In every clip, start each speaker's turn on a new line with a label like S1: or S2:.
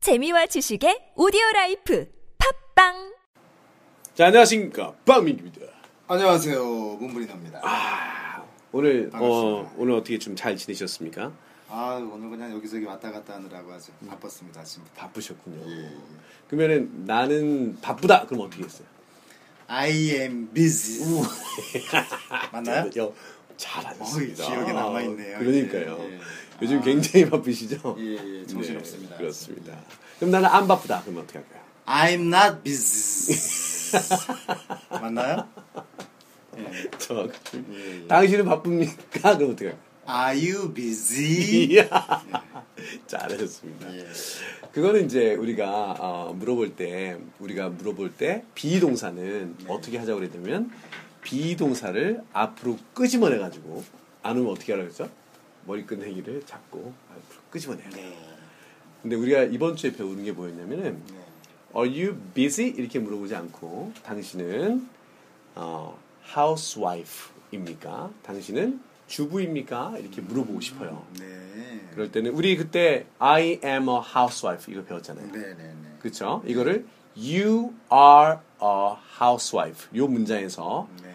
S1: 재미와 지식의 오디오 라이프 팝빵!
S2: 자, 안녕하십니까. 빵민입니다.
S3: 안녕하세요.
S2: 아.
S3: 문부린입니다.
S2: 오늘, 어,
S3: 반갑습니다.
S2: 오늘 어떻게 좀 잘 지내셨습니까?
S3: 아, 오늘 그냥 여기저기 왔다 갔다 하느라고 아주 바빴습니다. 아침부터.
S2: 바쁘셨군요. 그러면은 나는 바쁘다. 그럼 어떻게 했어요?
S3: I am busy. 맞나요?
S2: 요 잘하셨습니다.
S3: 어이, 기억에 남아있네요.
S2: 그러니까요.
S3: 예, 예.
S2: 요즘 굉장히 바쁘시죠? 네,
S3: 예, 예, 정신없습니다.
S2: 그렇습니다. 그럼 나는 안 바쁘다. 그럼 어떻게 할까요?
S3: I'm not busy. 맞나요?
S2: 저,
S3: 예,
S2: 당신은 바쁩니까? 그럼 어떻게 할까요?
S3: Are you busy?
S2: 이야, 잘하셨습니다.
S3: 예.
S2: 그거는 이제 우리가 어, 물어볼 때 우리가 물어볼 때 비동사는
S3: 네.
S2: 어떻게 하자고 그랬냐면 비동사를 앞으로 끄집어내 가지고 안 오면 어떻게 하라고 했죠? 머리끈행이를 잡고 앞으로 끄집어내야 돼.
S3: 네.
S2: 근데 우리가 이번 주에 배우는 게 뭐였냐면은
S3: 네.
S2: Are you busy? 이렇게 물어보지 않고 당신은 어, housewive입니까? 당신은 주부입니까? 이렇게 물어보고 싶어요.
S3: 네.
S2: 그럴 때는 우리 그때 I am a housewife 이거 배웠잖아요.
S3: 네, 네, 네.
S2: 그렇죠? 이거를 you are a housewife 요 문장에서
S3: 네.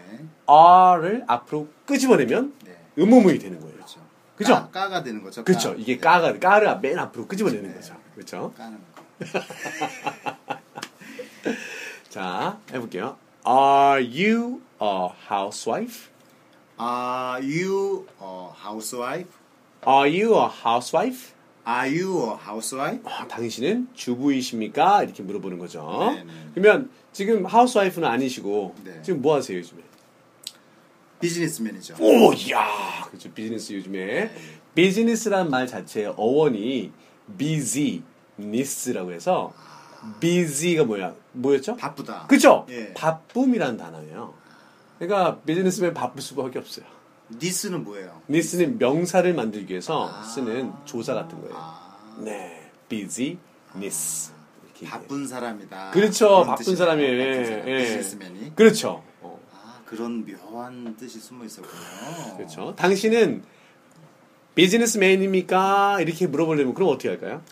S2: are를 앞으로 끄집어내면
S3: 네.
S2: 음음이 되는 거예요.
S3: 그렇죠. 까,
S2: 그죠?
S3: 까가 되는 거죠. 까.
S2: 그렇죠. 이게
S3: 네.
S2: 까가 까를 맨 앞으로 끄집어내는 거죠. 그렇죠?
S3: 까는 거.
S2: 자, 해 볼게요. Are you a housewife?
S3: Are you a housewife?
S2: Are you a housewife?
S3: Are you a housewife?
S2: 아, 당신은 주부이십니까? 이렇게 물어보는 거죠.
S3: 네, 네.
S2: 그러면 지금 하우스와이프는 아니시고
S3: 네.
S2: 지금 뭐 하세요, 요즘에?
S3: 비즈니스맨이죠.
S2: 오, 야, 그렇죠. 비즈니스 요즘에 비즈니스란 말 자체의 어원이 busyness라고 해서 busy가 뭐야? 뭐였죠?
S3: 바쁘다.
S2: 그죠?
S3: 예.
S2: 바쁨이라는 단어예요. 그러니까 비즈니스면 바쁠 수밖에 없어요.
S3: 니스는 뭐예요?
S2: ness는 명사를 만들기
S3: 아.
S2: 위해서 쓰는 조사 같은 거예요. 네, busyness. 이렇게 얘기해요.
S3: 바쁜 사람이다.
S2: 예. 그렇죠,
S3: 그런
S2: 바쁜
S3: 뜻이네요.
S2: 사람이에요.
S3: 바쁜 사람,
S2: 예.
S3: 비즈니스맨이.
S2: 그렇죠. 어,
S3: 아, 그런 묘한 뜻이 숨어 있었군요.
S2: 그렇죠. 당신은 비즈니스맨입니까? 이렇게 물어보려면 그럼 어떻게 할까요?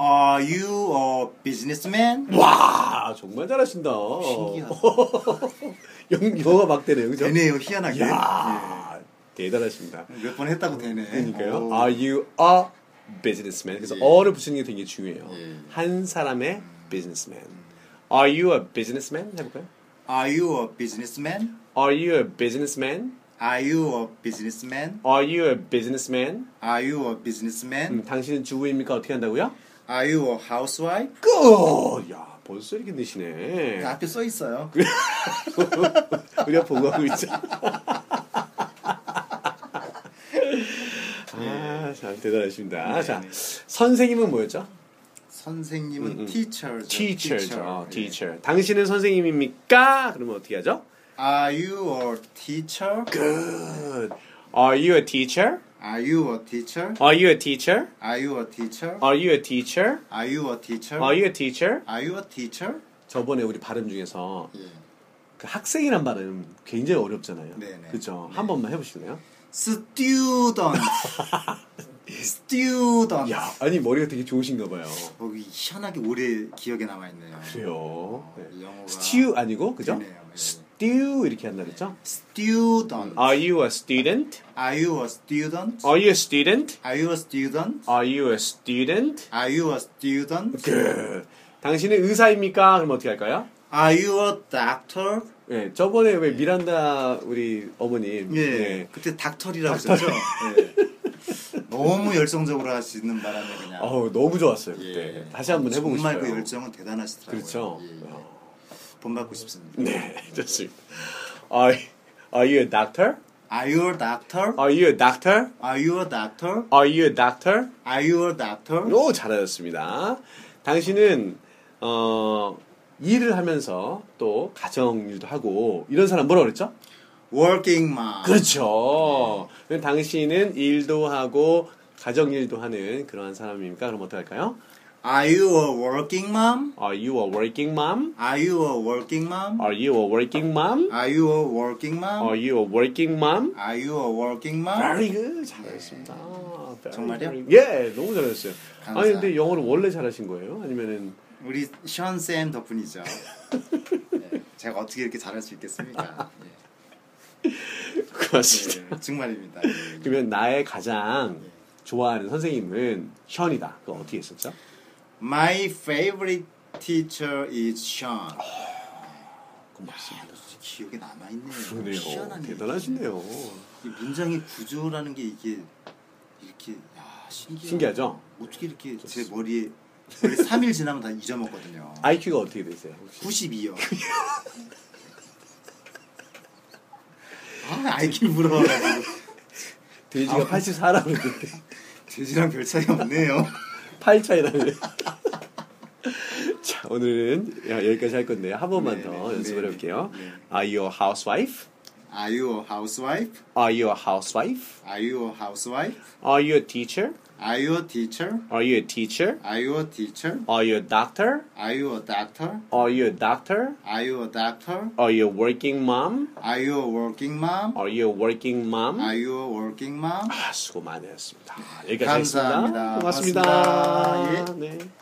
S3: Are you a businessman?
S2: 와 정말 잘하신다.
S3: 신기하다.
S2: 영, 영어가 막 되네요, 그죠?
S3: 되네요, 희한하게. 예.
S2: 야 대단하십니다.
S3: 몇 번 했다고 되네.
S2: 그러니까요. 아.
S3: 오.
S2: Are you a businessman? 그래서 어를 붙이는 게 되게 중요해요.
S3: 예.
S2: 한 사람의 businessman. Are you a businessman? 해볼까요?
S3: Are you a businessman?
S2: Are you a businessman?
S3: Are you a businessman?
S2: Are you a businessman?
S3: Are you a businessman?
S2: 음, 당신은 주부입니까? 어떻게 한다고요?
S3: Are you a housewife? 그
S2: 끝! 야, 벌써 이렇게 되시네.
S3: 앞에 써 있어요.
S2: 그 우리가 보고하고 있죠.
S3: 네.
S2: 아, 참 대단하십니다. 자, 선생님은 뭐였죠?
S3: 선생님은 네, teacher죠.
S2: 음, teacher죠. 아,
S3: 예.
S2: teacher. 당신은 선생님입니까? 그러면 어떻게 하죠?
S3: Are you a teacher?
S2: 그 Good. Are you a teacher?
S3: Are you a teacher?
S2: Are you a teacher?
S3: Are you a teacher?
S2: Are you a teacher?
S3: Are you a teacher?
S2: Are you a teacher?
S3: Are you a teacher?
S2: 저번에 우리 발음 중에서
S3: 예.
S2: 그 학생이란 발음 굉장히 어렵잖아요.
S3: 네네.
S2: 그렇죠. 한 번만 해보실래요?
S3: Student. Student.
S2: 야, 아니 머리가 되게 좋으신가 봐요.
S3: 거기 희한하게 오래 기억에 남아 있네요.
S2: 그래요. 네.
S3: 이 영어가
S2: stew 아니고 그죠?
S3: 되네요. 예.
S2: stew 이렇게 한다 그랬죠?
S3: Student.
S2: Are you a student?
S3: Are you a student?
S2: Are you a student?
S3: Are you a student?
S2: Are you a student?
S3: Are you a student?
S2: Good. 당신은 의사입니까? 그럼 어떻게 할까요?
S3: Are you a doctor?
S2: 예, 저번에 왜 미란다 우리 어머님
S3: 예.
S2: 예.
S3: 그때 닥터리라고 하셨죠? 예. 너무 열성적으로 하시는 바람에 그냥.
S2: 어우 너무 좋았어요 그때
S3: 예.
S2: 다시 한번 해보고
S3: 정말
S2: 싶어요.
S3: 그 열정은 대단하시더라고요.
S2: 그렇죠.
S3: 예, 예.
S2: 어.
S3: 본받고 싶습니다.
S2: 네, 좋습니다. Are, are you a doctor?
S3: Are you a doctor?
S2: Are you a doctor?
S3: Are you a doctor?
S2: Are you a doctor?
S3: Are you a doctor?
S2: 오, 잘하셨습니다. 당신은 어, 일을 하면서 또 가정 일도 하고 이런 사람 뭐라 그랬죠?
S3: Working mom.
S2: 그렇죠. 그럼 당신은 일도 하고 가정 일도 하는 그러한 사람입니까? 그럼 어떡할까요?
S3: Are you a working mom?
S2: Are you a working mom?
S3: Are you a working mom?
S2: Are you a working mom?
S3: Are you a working mom?
S2: Are you a working mom?
S3: Are you a working mom?
S2: Very good. 잘하셨습니다. 아, very
S3: 정말요?
S2: good. 예, 너무 잘하셨어요. 아니
S3: 감사합니다.
S2: 근데 영어를 원래 잘하신 거예요? 아니면은
S3: 우리 션 쌤 덕분이죠. 네, 제가 어떻게 이렇게 잘할 수 있겠습니까? 예,
S2: 그렇습니다.
S3: 예, 정말입니다. 예.
S2: 그러면 나의 가장 좋아하는 선생님은 션이다. 그거 어떻게 했었죠?
S3: My favorite teacher is Sean.
S2: 고맙습니다.
S3: 기억에 남아 있네요.
S2: 그러네요. 예. 대단하시네요.
S3: 이 문장의 구조라는 게 이게 이렇게 야 신기해.
S2: 신기하죠?
S3: 어떻게 이렇게 제 머리에 원래 3일 지나면 다 잊어먹거든요.
S2: IQ가 어떻게 되세요? 혹시?
S3: 92요. 아, 아이길 물어가지고
S2: 돼지가 84라고 그랬는데
S3: 돼지랑 별 차이 없네요.
S2: 8차이라는데 자, 오늘은 야, 여기까지 할 건데요. 한 번만
S3: 네,
S2: 더
S3: 네,
S2: 연습을
S3: 네,
S2: 해볼게요.
S3: 네.
S2: Are you a housewife?
S3: Are you a housewife?
S2: Are you a housewife?
S3: Are you a housewife?
S2: Are you a teacher?
S3: Are you a teacher?
S2: Are you a teacher?
S3: Are you a teacher?
S2: Are you a doctor?
S3: Are you a doctor?
S2: Are you a doctor?
S3: Are you a doctor?
S2: Are you a working mom?
S3: Are you a working mom?
S2: Are you a working mom?
S3: Are you a working mom?
S2: 아, 수고 많이 했습니다. 여기까지
S3: 감사합니다.
S2: 하겠습니다. 고맙습니다.
S3: 고맙습니다.
S2: 네.